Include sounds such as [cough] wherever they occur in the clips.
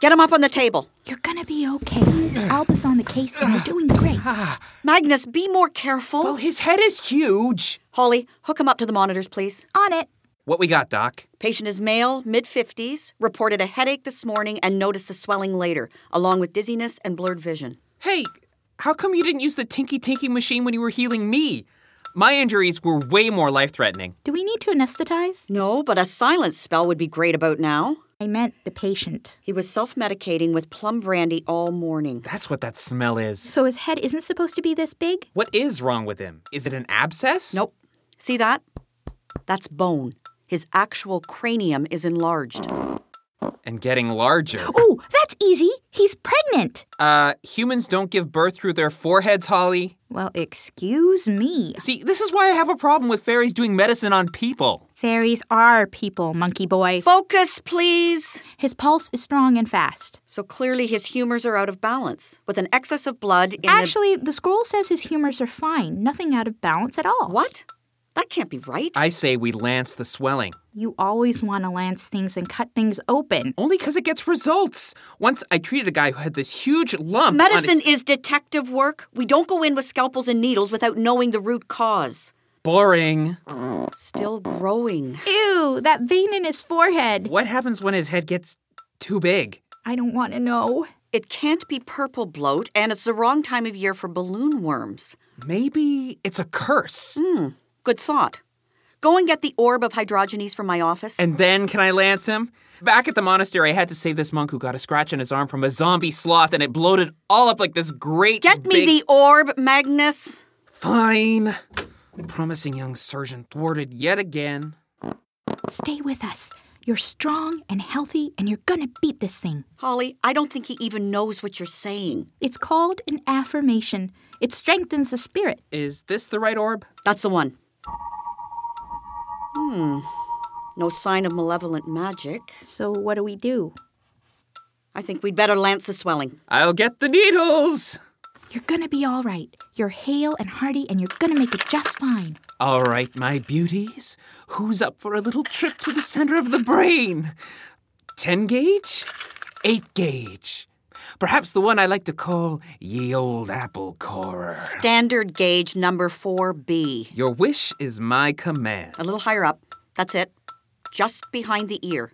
Get them up on the table. You're gonna be okay. Alba's on the case and you're doing great. [sighs] Magnus, be more careful. Oh. Well, his head is huge. Holly, hook him up to the monitors, please. On it. What we got, Doc? Patient is male, mid 50s, reported a headache this morning and noticed the swelling later, along with dizziness and blurred vision. Hey, how come you didn't use the tinky tinky machine when you were healing me? My injuries were way more life threatening. Do we need to anesthetize? No, but a silence spell would be great about now. I meant the patient. He was self medicating with plum brandy all morning. That's what that smell is. So his head isn't supposed to be this big? What is wrong with him? Is it an abscess? Nope. See that? That's bone. His actual cranium is enlarged. And getting larger. Oh, that's easy. He's pregnant. Uh, humans don't give birth through their foreheads, Holly. Well, excuse me. See, this is why I have a problem with fairies doing medicine on people. Fairies are people, monkey boy. Focus, please. His pulse is strong and fast. So clearly his humors are out of balance, with an excess of blood in Actually, the scroll says his humors are fine, nothing out of balance at all. the. What? That can't be right. I say we lance the swelling. You always want to lance things and cut things open. Only because it gets results. Once I treated a guy who had this huge lump. on his- Medicine is detective work. We don't go in with scalpels and needles without knowing the root cause. Boring. Still growing. Ew, that vein in his forehead. What happens when his head gets too big? I don't want to know. It can't be purple bloat, and it's the wrong time of year for balloon worms. Hmm, Maybe it's a curse. Good thought. Go and get the orb of hydrogenes from my office. And then can I lance him? Back at the monastery, I had to save this monk who got a scratch on his arm from a zombie sloth, and it bloated all up like this great. get me big- the orb, Magnus. Fine. Promising young surgeon thwarted yet again. Stay with us. You're strong and healthy, and you're gonna beat this thing. Holly, I don't think he even knows what you're saying. It's called an affirmation. It strengthens the spirit. Is this the right orb? That's the one. Hmm. No sign of malevolent magic. So, what do we do? I think we'd better lance the swelling. I'll get the needles. You're gonna be all right. You're hale and hearty, and you're gonna make it just fine. All right, my beauties. Who's up for a little trip to the center of the brain? 10 gauge? 8 gauge? Perhaps the one I like to call ye old apple corer. Standard gauge number 4B. Your wish is my command. A little higher up. That's it. Just behind the ear.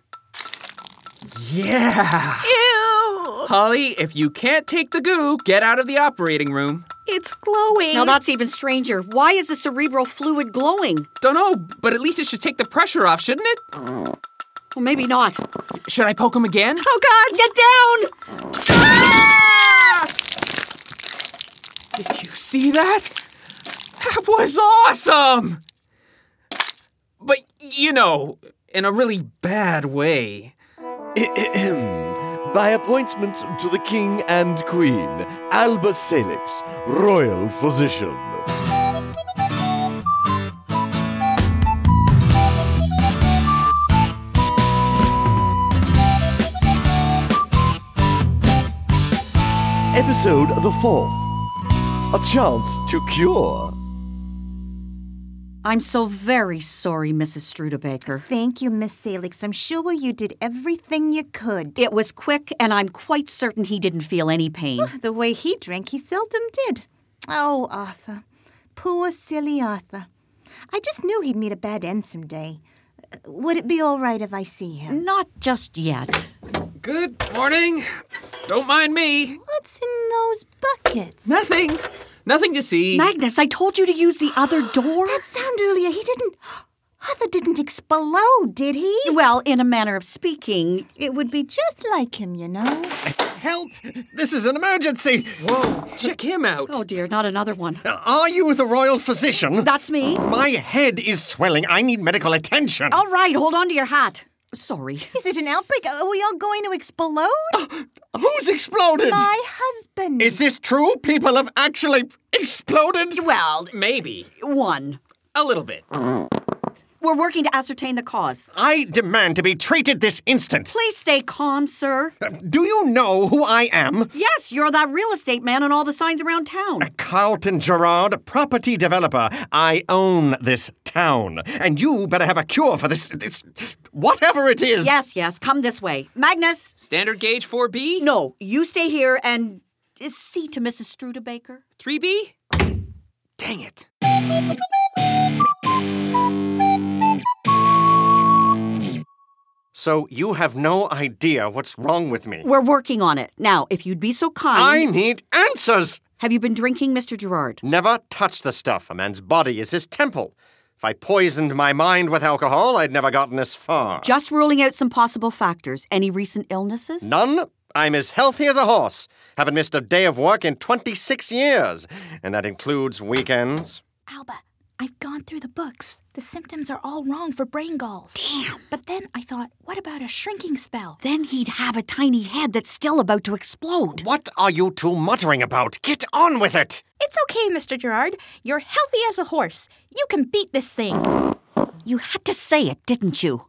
Yeah! Oh, Ew! Holly, if you can't take the goo, get out of the operating room. It's glowing. Now that's even stranger. Why is the cerebral fluid glowing? Don't know, but at least it should take the pressure off, shouldn't it? Well, maybe not. Should I poke him again? Oh, God! Get down! Did you see that? That was awesome! But, you know, in a really bad way. [clears throat] By appointment to the King and Queen, Alba Salix, Royal Physician. Episode the fourth A Chance to Cure. I'm so very sorry, Mrs. Studebaker. Thank you, Miss Salix. I'm sure you did everything you could. It was quick, and I'm quite certain he didn't feel any pain. [sighs] The way he drank, he seldom did. Oh, Arthur. Poor, silly Arthur. I just knew he'd meet a bad end someday. Uh, Would it be all right if I see him? not just yet. Good morning. Don't mind me. What's in those buckets? Nothing. Nothing to see. Magnus, I told you to use the other door. That sound earlier, he didn't. [gasps] Arthur didn't explode, did he? well, in a manner of speaking, It would be just like him, you know. Help! This is an emergency! Whoa, check him out. oh dear, not another one. Are you the royal physician? That's me. My head is swelling. I need medical attention. All right, hold on to your hat. Sorry. Is it an outbreak? Are we all going to [gasps] explode? [laughs] Oh, Who's exploded? My husband. Is this true? People have actually exploded? Well, Maybe. one. A little bit. We're working to ascertain the cause. I demand to be treated this instant. Please stay calm, sir. Do you know who I am? Yes, you're that real estate man on all the signs around town. Uh, Carlton Gerard, property developer. I own this town. And you better have a cure for this. this whatever it is. Yes, yes, come this way. Magnus, Standard gauge 4B? no, you stay here and uh, see to Mrs. Strudebaker. 3B? Dang it. So you have no idea what's wrong with me. We're working on it. Now, if you'd be so I kind. need answers. Have you been drinking, Mr. Gerard? Never touch the stuff. A man's body is his temple. If I poisoned my mind with alcohol, I'd never gotten this far. Just ruling out some possible factors. Any recent illnesses? None. I'm as healthy as a horse. Haven't missed a day of work in 26 years, and that includes weekends. Alba, I've gone through the books. The symptoms are all wrong for brain galls. Damn. But then I thought, what about a shrinking spell? Then he'd have a tiny head that's still about to explode. What are you two muttering about? Get on with it! It's okay, Mr. Gerard. You're healthy as a horse. You can beat this thing. You had to say it, didn't you?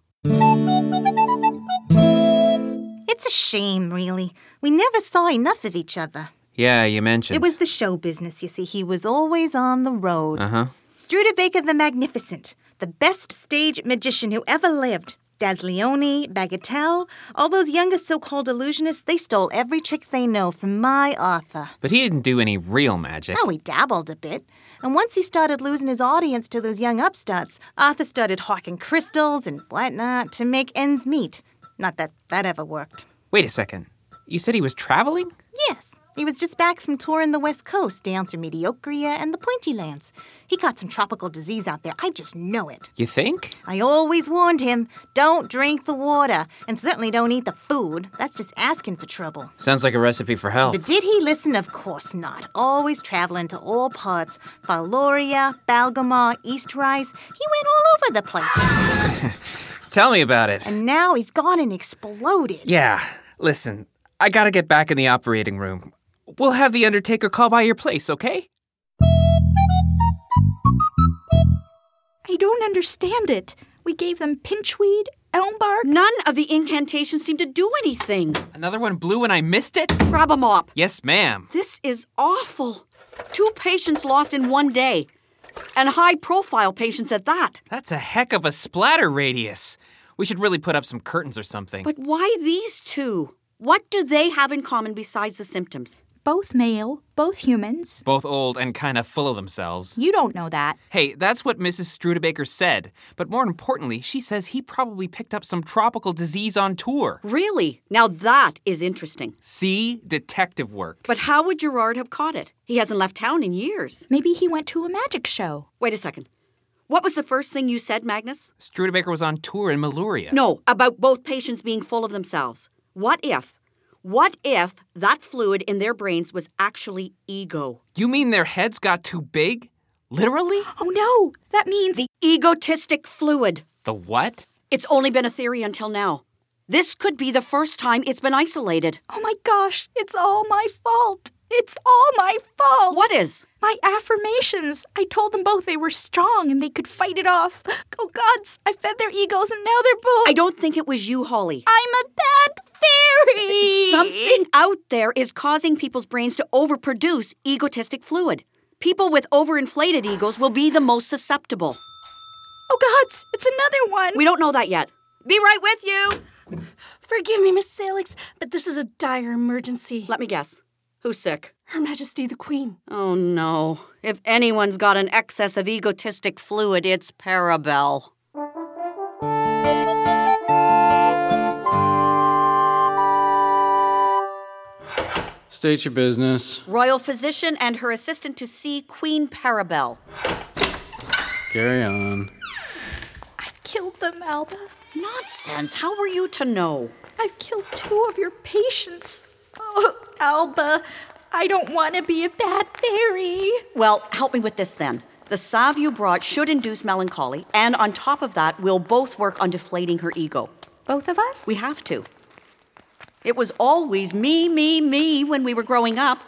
It's a shame, really. We never saw enough of each other. Yeah, you mentioned. It was the show business, you see. He was always on the road. Uh-huh. Uh huh. Studebaker the Magnificent, the best stage magician who ever lived. Dasleone, Bagatelle, all those younger so called illusionists, they stole every trick they know from my Arthur. But he didn't do any real magic. Now he dabbled a bit. And once he started losing his audience to those young upstarts, Arthur started hawking crystals and whatnot to make ends meet. Not that that ever worked. Wait a second. You said he was traveling? Yes, he was just back from touring the West Coast, down through Mediocria and the Pointy Lands. He got some tropical disease out there. I just know it. You think? I always warned him don't drink the water, and certainly don't eat the food. That's just asking for trouble. Sounds like a recipe for But health. did he listen? Of course not. Always traveling to all parts Valoria, Balgamar, East Rice. He went all over the place. Tell me about it. And now he's gone and exploded. Yeah, listen, I gotta get back in the operating room. We'll have the Undertaker call by your place, okay? I don't understand it. We gave them pinchweed, elm bark. None of the incantations seem to do anything. Another one blew and I missed it? Grab 'em up. Yes, ma'am. This is awful. Two patients lost in one day, and high profile patients at that. That's a heck of a splatter radius. We should really put up some curtains or something. But why these two? What do they have in common besides the symptoms? Both male, both humans. Both old and kind of full of themselves. You don't know that. Hey, that's what Mrs. Strudebaker said. But more importantly, she says he probably picked up some tropical disease on tour. Really? Now that is interesting. See? Detective work. But how would Gerard have caught it? He hasn't left town in years. Maybe he went to a magic show. Wait a second. What was the first thing you said, Magnus? Strudebaker was on tour in Maluria. No, about both patients being full of themselves. What if? What if that fluid in their brains was actually ego? You mean their heads got too big? Literally? Oh no! That means The egotistic fluid. The what? It's only been a theory until now. This could be the first time it's been isolated. Oh my gosh, it's all my fault. It's all my fault. What is? My affirmations. I told them both they were strong and they could fight it off. Oh gods, I fed their egos and now they're both. I don't think it was you, Holly. I'm a bad fairy. Something out there is causing people's brains to overproduce egotistic fluid. People with overinflated egos will be the most susceptible. Oh gods, it's another one. We don't know that yet. Be right with you. Forgive me, Miss Salix, but this is a dire emergency. Let me guess. Who's sick? Her Majesty the Queen. Oh no. If anyone's got an excess of egotistic fluid, it's Parabel. State your business. Royal physician and her assistant to see Queen Parabel. Carry on. Killed them, Alba. Nonsense. How were you to know? I've killed two of your patients. Oh, Alba, I don't want to be a bad fairy. Well, help me with this then. The salve you brought should induce melancholy, and on top of that, we'll both work on deflating her ego. Both of us? We have to. It was always me, me, me when we were growing up.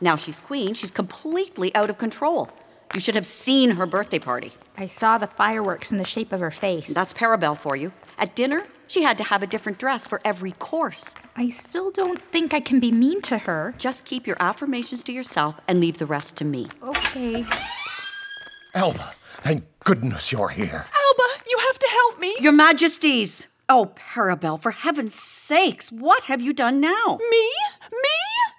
Now she's queen, she's completely out of control. You should have seen her birthday party. I saw the fireworks in the shape of her face. That's Parabel for you. At dinner, she had to have a different dress for every course. I still don't think I can be mean to her. Just keep your affirmations to yourself and leave the rest to me. Okay. Alba, thank goodness you're here. Alba, you have to help me. Your Majesties. Oh, Parabel, for heaven's sakes, what have you done now? Me? Me?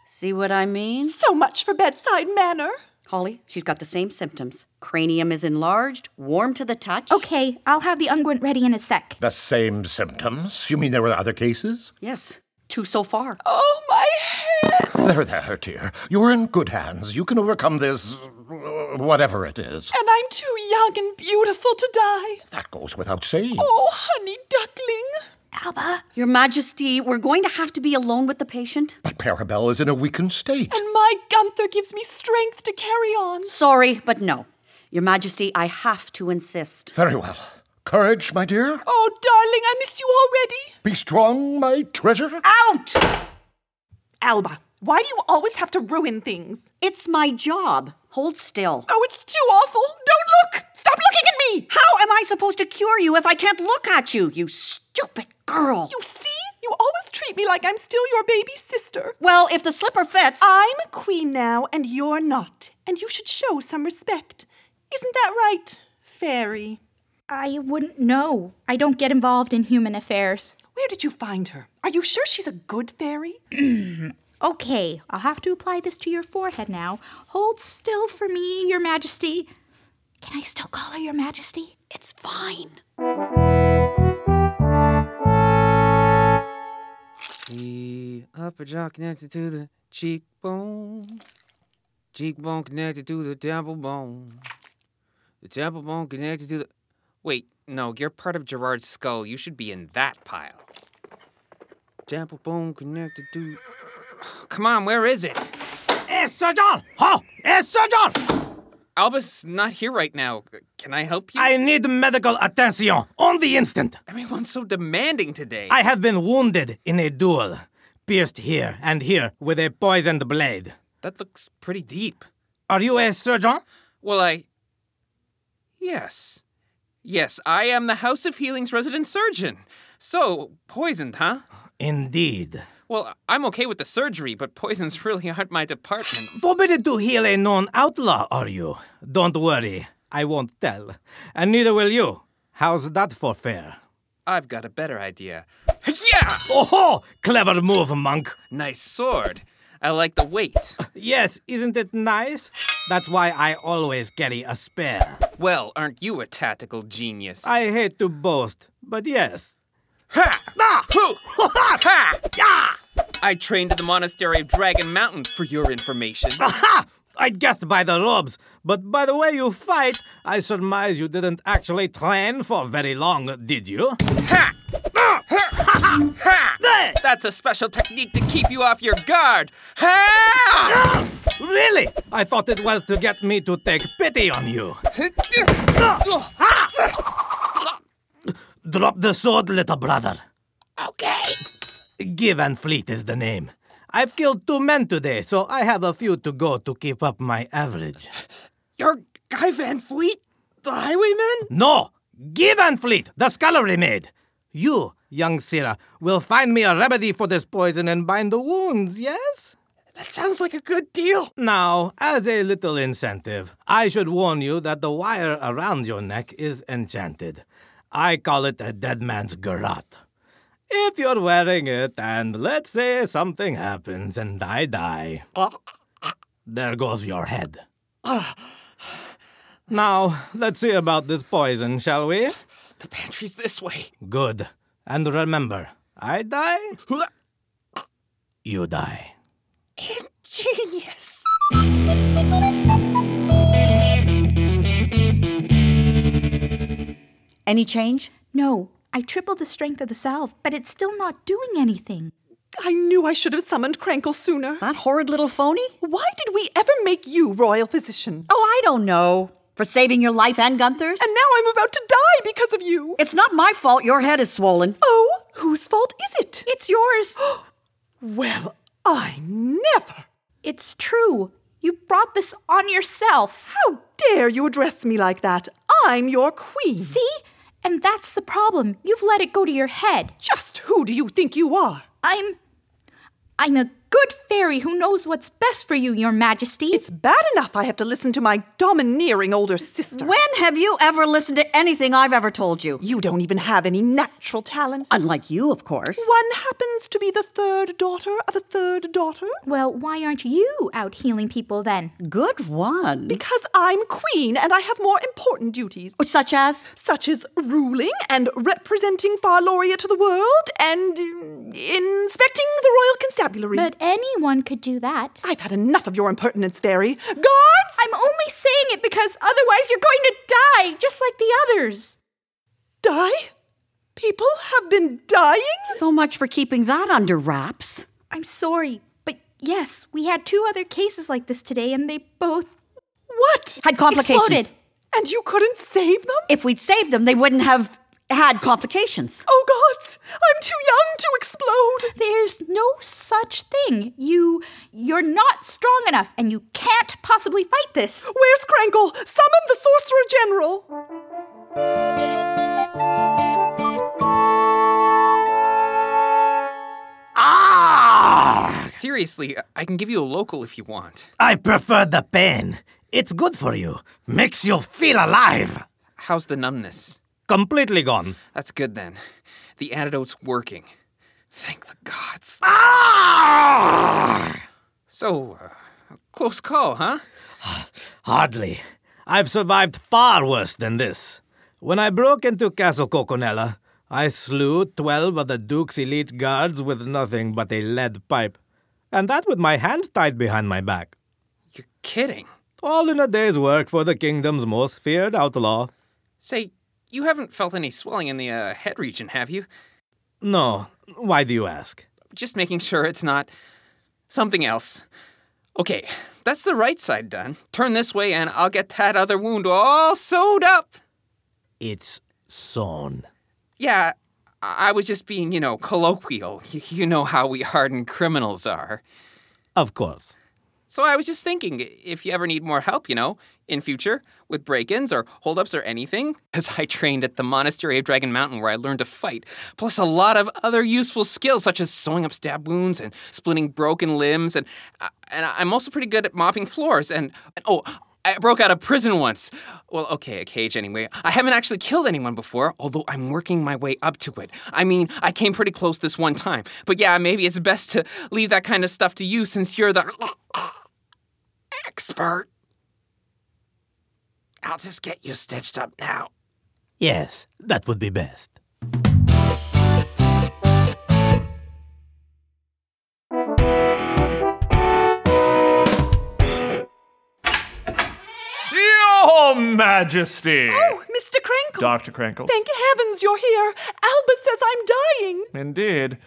See what I mean? So much for bedside manner. Holly, she's got the same symptoms. Cranium is enlarged, warm to the touch. Okay, I'll have the unguent ready in a sec. The same symptoms? You mean there were other cases? Yes, two so far. Oh, my head! There, there, dear. You're in good hands. You can overcome this. uh, whatever it is. And I'm too young and beautiful to die. That goes without saying. Oh, honey duckling. Alba? Your Majesty, we're going to have to be alone with the patient. But Parabel is in a weakened state. And my Gunther gives me strength to carry on. Sorry, but no. Your Majesty, I have to insist. Very well. Courage, my dear. Oh, darling, I miss you already. Be strong, my treasure. Out! Alba, why do you always have to ruin things? It's my job. Hold still. Oh, it's too awful. Don't look! Stop looking at me! How am I supposed to cure you if I can't look at you, you stupid girl? You see? You always treat me like I'm still your baby sister. Well, if the slipper fits. I'm queen now, and you're not. And you should show some respect. Isn't that right, fairy? I wouldn't know. I don't get involved in human affairs. Where did you find her? Are you sure she's a good fairy? [clears throat] Okay, I'll have to apply this to your forehead now. Hold still for me, Your Majesty. Can I still call her Your Majesty? It's fine. The upper jaw connected to the cheekbone. Cheekbone connected to the temple bone. The temple bone connected to the. Wait, no, you're part of Gerard's skull. You should be in that pile. Temple bone connected to. Come on, where is it? Yes, Eh, Sir John! Oh, yes, Sir John! Albus not here right now. Can I help you? I need medical attention on the instant. Everyone's so demanding today. I have been wounded in a duel, pierced here and here with a poisoned blade. That looks pretty deep. Are you a surgeon? Well, I. Yes. Yes, I am the House of Healing's resident surgeon. So, poisoned, huh? Indeed. Well, I'm okay with the surgery, but poisons really aren't my department. Forbidden to heal a non outlaw, are you? Don't worry, I won't tell. And neither will you. How's that for fair? I've got a better idea. Yeah! Oh, ho! clever move, monk. Nice sword. I like the weight. Yes, isn't it nice? [laughs] That's why I always carry a spare. Well, aren't you a tactical genius? I hate to boast, but yes. Ha! Ah! Hoo! Ha! Yeah! I trained at the monastery of Dragon Mountain for your information. Aha! I guessed by the robes, but by the way you fight, I surmise you didn't actually train for very long, did you? [laughs] Ha! Ah! Ha! Ha! There! That's a special technique to keep you off your guard. Ha! Ah! Really? I thought it was to get me to take pity on you. [laughs] Ah! Drop the sword, little brother. Okay. Givenfleet is the name. I've killed two men today, so I have a few to go to keep up my average. You're Guy Van Fleet? The highwayman? No! Givenfleet, the scullery maid! You, young Sirrah, will find me a remedy for this poison and bind the wounds, yes? That sounds like a good deal. Now, as a little incentive, I should warn you that the wire around your neck is enchanted. I call it a dead man's garrote. If you're wearing it, and let's say something happens and I die, there goes your head. Now, let's see about this poison, shall we? The pantry's this way. Good. And remember, I die, you die. Any change? No. I tripled the strength of the salve, but it's still not doing anything. I knew I should have summoned Crankle sooner. That horrid little phony? Why did we ever make you royal [gasps] physician? Oh, I don't know. For saving your life and Gunther's? And now I'm about to die because of you. It's not my fault your head is swollen. Oh, whose fault is it? It's yours. well, I never. It's true. You brought this on yourself. How dare you address me like that? I'm your queen. See? And that's the problem. You've let it go to your head. Just who do you think you are? I'm. I'm a good fairy who knows what's best for you, Your Majesty. It's bad enough I have to listen to my domineering older sister. When have you ever listened to anything I've ever told you? You don't even have any natural talent. Unlike you, of course. One happens to be the third daughter of a third daughter. Well, why aren't you out healing people then? Good one. Oh, Because I'm queen and I have more important duties. Such as? Such as ruling and representing Farloria to the world and mm, inspecting the royal constabulary. But anyone could do that. I've had enough of your impertinence, fairy. Guards! I'm only saying it because otherwise you're going to die, just like the others. Die? People have been dying? So much for keeping that under wraps. I'm sorry, but yes, we had two other cases like this today, and they both What? Had complications. Exploded. And you couldn't save them? If we'd saved them, they wouldn't have had complications. Oh, gods! I'm too young to explode! There's no such thing. You you're not strong enough and you can't possibly fight this. Where's Crankle? Summon the Sorcerer General! Ah! Seriously, I can give you a local if you want. I prefer the pen. It's good for you. Makes you feel alive. How's the numbness? Completely gone. That's good then. The antidote's working. Thank the gods. Ah! So, uh, close call, huh? [sighs] Hardly. I've survived far worse than this. When I broke into Castle Coconella, I slew 12 of the Duke's elite guards with nothing but a lead pipe, and that with my hands tied behind my back. You're kidding. All in a day's work for the kingdom's most feared outlaw. Say, you haven't felt any swelling in the uh, head region, have you? No, why do you ask? Just making sure it's not something else. Okay, that's the right side done. Turn this way and I'll get that other wound all sewed up. It's sewn. Yeah, I I was just being, you know, colloquial. Y- You know how we hardened criminals are. Of course. So I was just thinking, if you ever need more help, you know, in future with break-ins or holdups or anything, [laughs] as I trained at the Monastery of Dragon Mountain where I learned to fight, plus a lot of other useful skills such as sewing up stab wounds and splitting broken limbs, and uh, and I'm also pretty good at mopping floors. And, and oh, I broke out of prison once. Well, okay, a cage anyway. I haven't actually killed anyone before, although I'm working my way up to it. I mean, I came pretty close this one time. But yeah, maybe it's best to leave that kind of stuff to you since you're the expert. I'll just get you stitched up now. Yes, that would be best. Your Majesty! Oh, Mr. Crankle! Dr. Crankle. Thank heavens you're here! Alba says I'm dying! Indeed.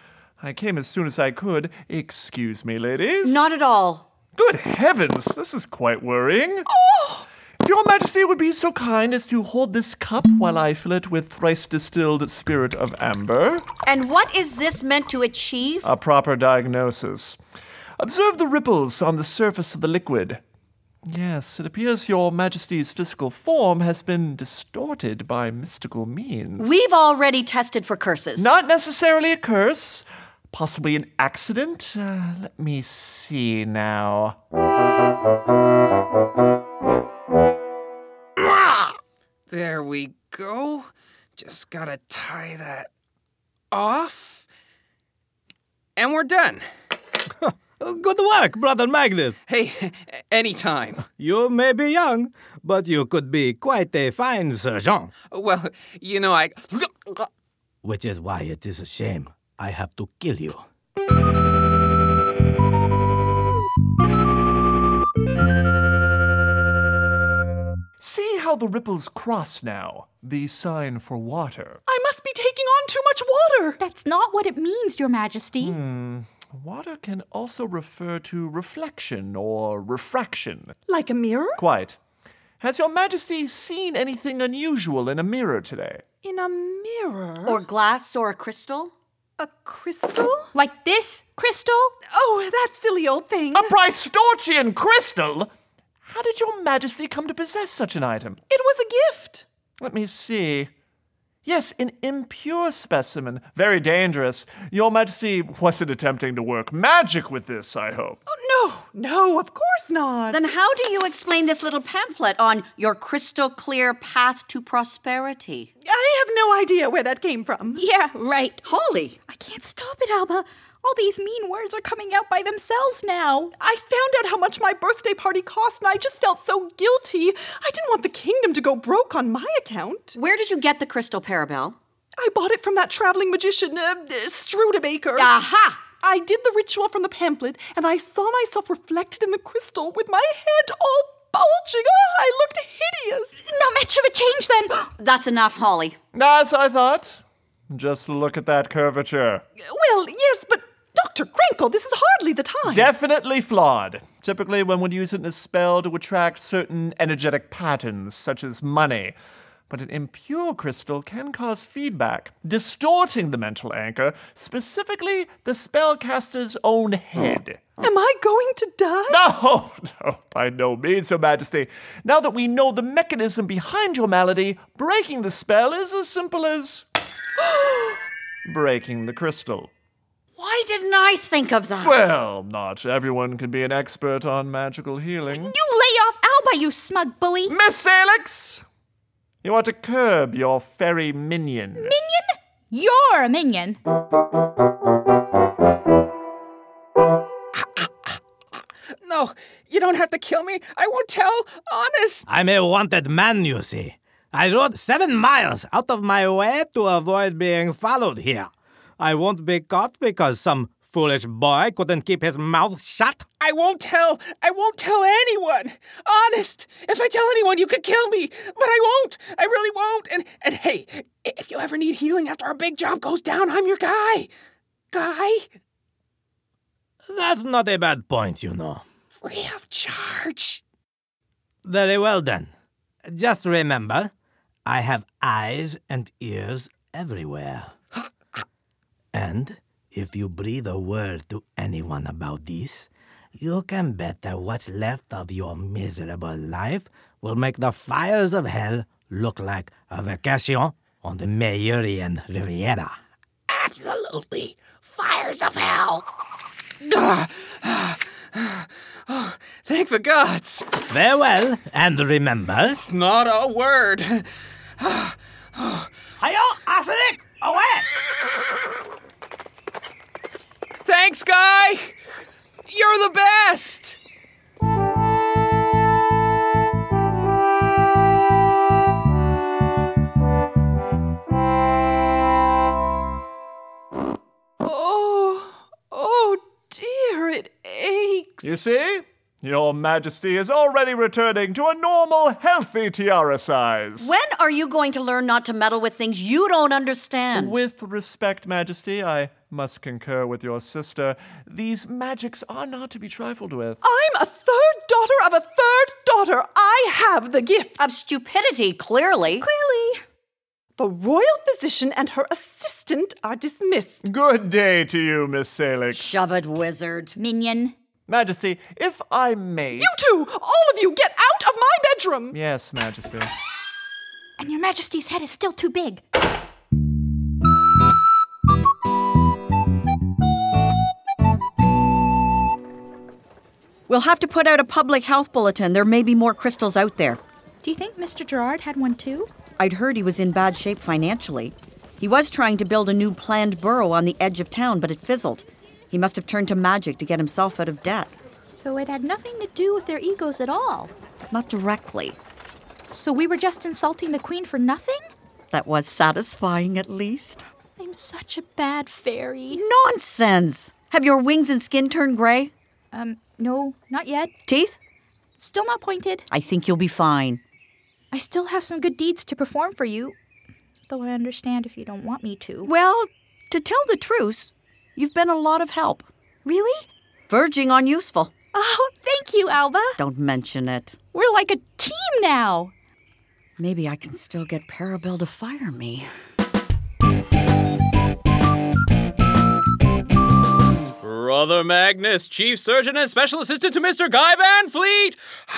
I came as soon as I could. Excuse me, ladies. Not at all. Good heavens, this is quite worrying. If Your Majesty would be so kind as to hold this cup while I fill it with thrice distilled spirit of amber. And what is this meant to achieve? A proper diagnosis. Observe the ripples on the surface of the liquid. Yes, it appears Your Majesty's physical form has been distorted by mystical means. We've already tested for curses. Not necessarily a curse, possibly an accident. Uh, let me see now. There we go. Just gotta tie that off. And we're done. Good work, Brother Magnus. Hey, [laughs] anytime. You may be young, but you could be quite a fine surgeon. Well, you know, I. [laughs] Which is why it is a shame I have to kill you. how the ripples cross now, the sign for water. I must be taking on too much water! That's not what it means, Your Majesty. Hmm. Water can also refer to reflection or refraction. Like a mirror? Quiet. Has Your Majesty seen anything unusual in a mirror today? In a mirror? Or glass or a crystal? A crystal? Like this crystal? Oh, that silly old thing. A Brystorchian crystal? How did Your Majesty come to possess such an item? It was a gift. Let me see. Yes, an impure specimen. Very dangerous. Your Majesty wasn't attempting to work magic with this, I hope. Oh, no, no, of course not. Then how do you explain this little pamphlet on your crystal clear path to prosperity? I have no idea where that came from. Yeah, right. Holly! I can't stop it, Alba. All these mean words are coming out by themselves now. I found out how much my birthday party cost, and I just felt so guilty. I didn't want the kingdom to go broke on my account. Where did you get the crystal, Parabel? I bought it from that traveling magician, uh, uh, Strudebaker. Aha! I did the ritual from the pamphlet, and I saw myself reflected in the crystal with my head all bulging. Ah, I looked hideous. Not much of a change then. That's enough, Holly. As I thought. Just look at that curvature. Well, yes, but Dr. Crinkle, this is hardly the time. Definitely flawed. Typically, one would use it in a spell to attract certain energetic patterns, such as money. But an impure crystal can cause feedback, distorting the mental anchor, specifically the spellcaster's own head. Am I going to die? No, [laughs] no, by no means, Your Majesty. Now that we know the mechanism behind your malady, breaking the spell is as simple as [gasps] breaking the crystal. Why didn't I think of that? Well, not everyone can be an expert on magical healing. You lay off Alba, you smug bully! Miss Salix! You are to curb your fairy minion. Minion? You're a minion. No, you don't have to kill me. I won't tell. Honest. I'm a wanted man, you see. I rode seven miles out of my way to avoid being followed here. I won't be caught because some foolish boy couldn't keep his mouth shut. I won't tell. I won't tell anyone. Honest. If I tell anyone, you could kill me. But I won't. I really won't. And and hey, if you ever need healing after our big job goes down, I'm your guy. Guy. That's not a bad point, you know. Free of charge. Very well then. Just remember, I have eyes and ears everywhere. and if you breathe a word to anyone about this, you can bet that what's left of your miserable life will make the fires of hell look like a vacation on the Mayurian Riviera. Absolutely. Fires of hell. Ah, ah, ah, oh, thank the gods. Farewell, and remember. Not a word. oh. Hiyo, arsenic, away! Thanks, guy! You're the best! Oh, oh dear, it aches. You see? Your Majesty is already returning to a normal, healthy tiara size. When are you going to learn not to meddle with things you don't understand? With respect, Majesty, I must concur with your sister. These magics are not to be trifled with. I'm a third daughter of a third daughter. I have the gift of stupidity, clearly. Clearly. The royal physician and her assistant are dismissed. Good day to you, Miss Salix. Shove it, wizard. Minion. Majesty, if I may. You two! All of you, get out of my bedroom! Yes, Majesty. And your Majesty's head is still too big. We'll have to put out a public health bulletin. There may be more crystals out there. Do you think Mr. Gerard had one too? I'd heard he was in bad shape financially. He was trying to build a new planned borough on the edge of town, but it fizzled. He must have turned to magic to get himself out of debt. So it had nothing to do with their egos at all? Not directly. So we were just insulting the Queen for nothing? That was satisfying, at least. I'm such a bad fairy. Nonsense! Have your wings and skin turned gray? Um, no, not yet. Teeth? Still not pointed. I think you'll be fine. I still have some good deeds to perform for you, though I understand if you don't want me to. Well, to tell the truth, you've been a lot of help. Really? Verging on useful. Oh, thank you, Alba. Don't mention it. We're like a team now. Maybe I can still get Parabel to fire me. Brother Magnus, Chief Surgeon and Special Assistant to Mr. Guy Van Fleet! [sighs]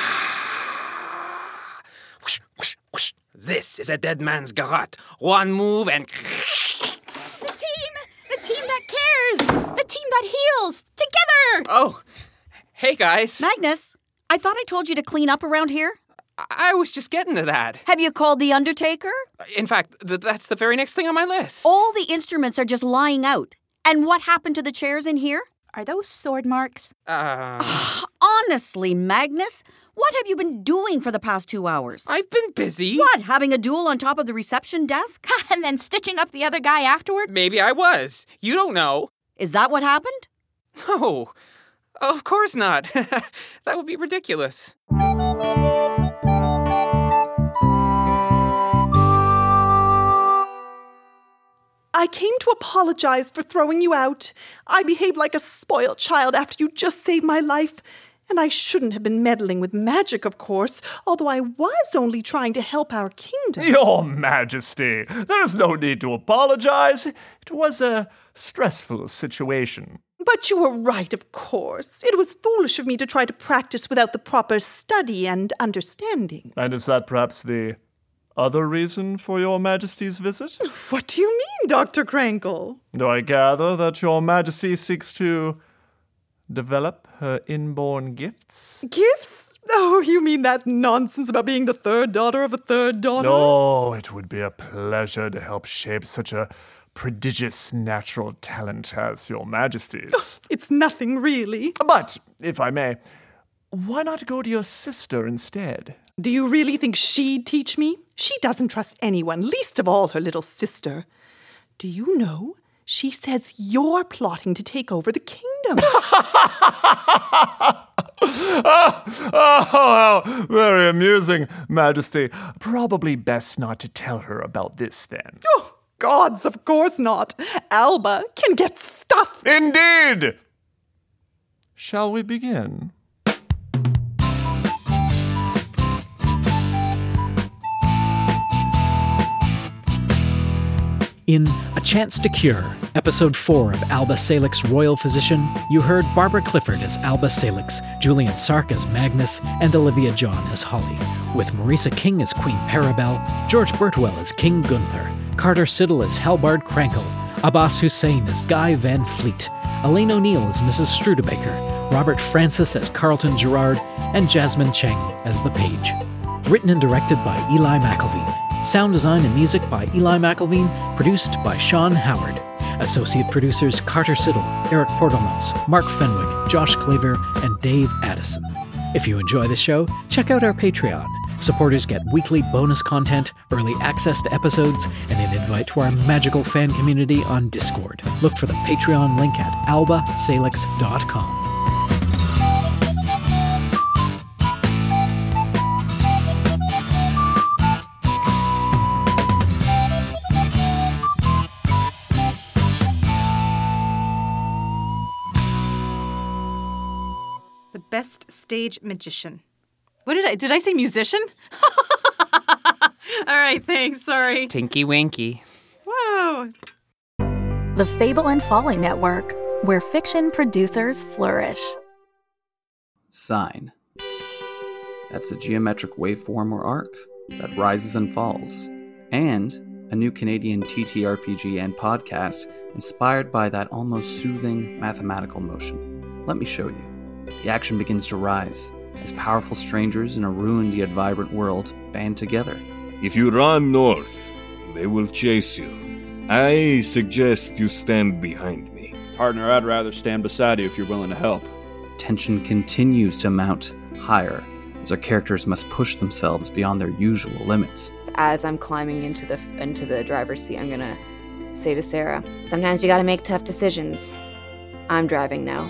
Whoosh, whoosh, whoosh. This is a dead man's garrote. One move and. The team! The team that cares! The team that heals! [laughs] Together! Oh, hey guys. Magnus, I thought I told you to clean up around here. I, I was just getting to that. Have you called the Undertaker? In fact, th- that's the very next thing on my list. All the instruments are just lying out. And what happened to the chairs in here? Are those sword marks? [sighs] Uh, Honestly, Magnus, what have you been doing for the past two hours? I've been busy. What, having a duel on top of the reception desk? and then stitching up the other guy afterward? Maybe I was. You don't know. Is that what happened? No. Of course not. [laughs] that would be ridiculous. I came to apologize for throwing you out. I behaved like a spoiled child after you just saved my life. And I shouldn't have been meddling with magic, of course, although I was only trying to help [laughs] our kingdom. Your Majesty, there is no need to apologize. It was a stressful situation. But you were right, of course. It was foolish of me to try to practice without the proper study and understanding. And is that perhaps the other reason for Your Majesty's visit? What do you mean, Dr. Crankle? Do I gather that Your Majesty seeks to develop her inborn gifts? Gifts? Oh, you mean that nonsense about being the third daughter of a third daughter? Oh, it would be a pleasure to help shape such a prodigious natural talent as Your Majesty's. It's nothing, really. but, if I may, why not go to your sister instead? Do you really think she'd teach me? She doesn't trust anyone, least of all her little sister. Do you know? She says you're plotting to take over [laughs] the kingdom. oh, how very amusing, Majesty. Probably best not to tell her about this then. oh, gods, of course not. Alba can get stuffed. Indeed! Shall we begin? In A Chance to Cure, episode 4 of Alba Salix Royal Physician, you heard Barbara Clifford as Alba Salix, Julian Sark as Magnus, and Olivia John as Holly, with Marisa King as Queen Parabel, George Burtwell as King Gunther, Carter Siddle as Halbard Crankle, Abbas Hussein as Guy Van Fleet, Elaine O'Neill as Mrs. Strudebaker, Robert Francis as Carlton Gerard, and Jasmine Cheng as The Page. Written and directed by Eli McElveen. Sound design and music by Eli McElveen, produced by Sean Howard. Associate producers Carter Siddle, Eric Portamos, Mark Fenwick, Josh Claver, and Dave Addison. If you enjoy the show, check out our Patreon. Supporters get weekly bonus content, early access to episodes, and an invite to our magical fan community on Discord. Look for the Patreon link at albasalix.com. The best stage magician. What did I did I say musician? All right, thanks. Sorry. Tinky Winky. Whoa. The Fable and Folly Network, where fiction producers flourish. Sine. That's a geometric waveform or arc that rises and falls. And a new Canadian TTRPG and podcast inspired by that almost soothing mathematical motion. Let me show you. The action begins to rise as powerful strangers in a ruined yet vibrant world band together. If you run north, they will chase you. I suggest you stand behind me. Partner, I'd rather stand beside you if you're willing to help. Tension continues to mount higher as our characters must push themselves beyond their usual limits. as I'm climbing into the into the driver's seat, I'm gonna say to Sarah, "Sometimes you gotta make tough decisions." I'm driving now.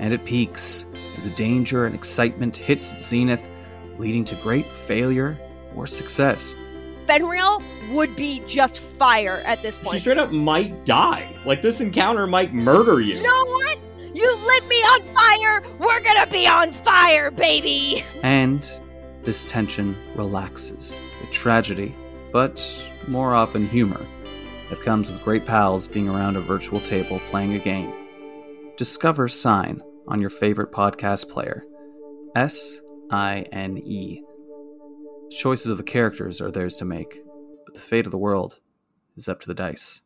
and it peaks as the danger and excitement hits its zenith, leading to great failure or success. Fenrir would be just fire at this point. She straight up might die. Like, this encounter might murder You you. know what? You lit me on fire. We're gonna be on fire, baby. [laughs] And this tension relaxes with tragedy, but more often humor, that comes with great pals being around a virtual table playing a game. Discover Sign on your favorite podcast player S I N E. The choices of the characters are theirs to make, but the fate of the world is up to the dice.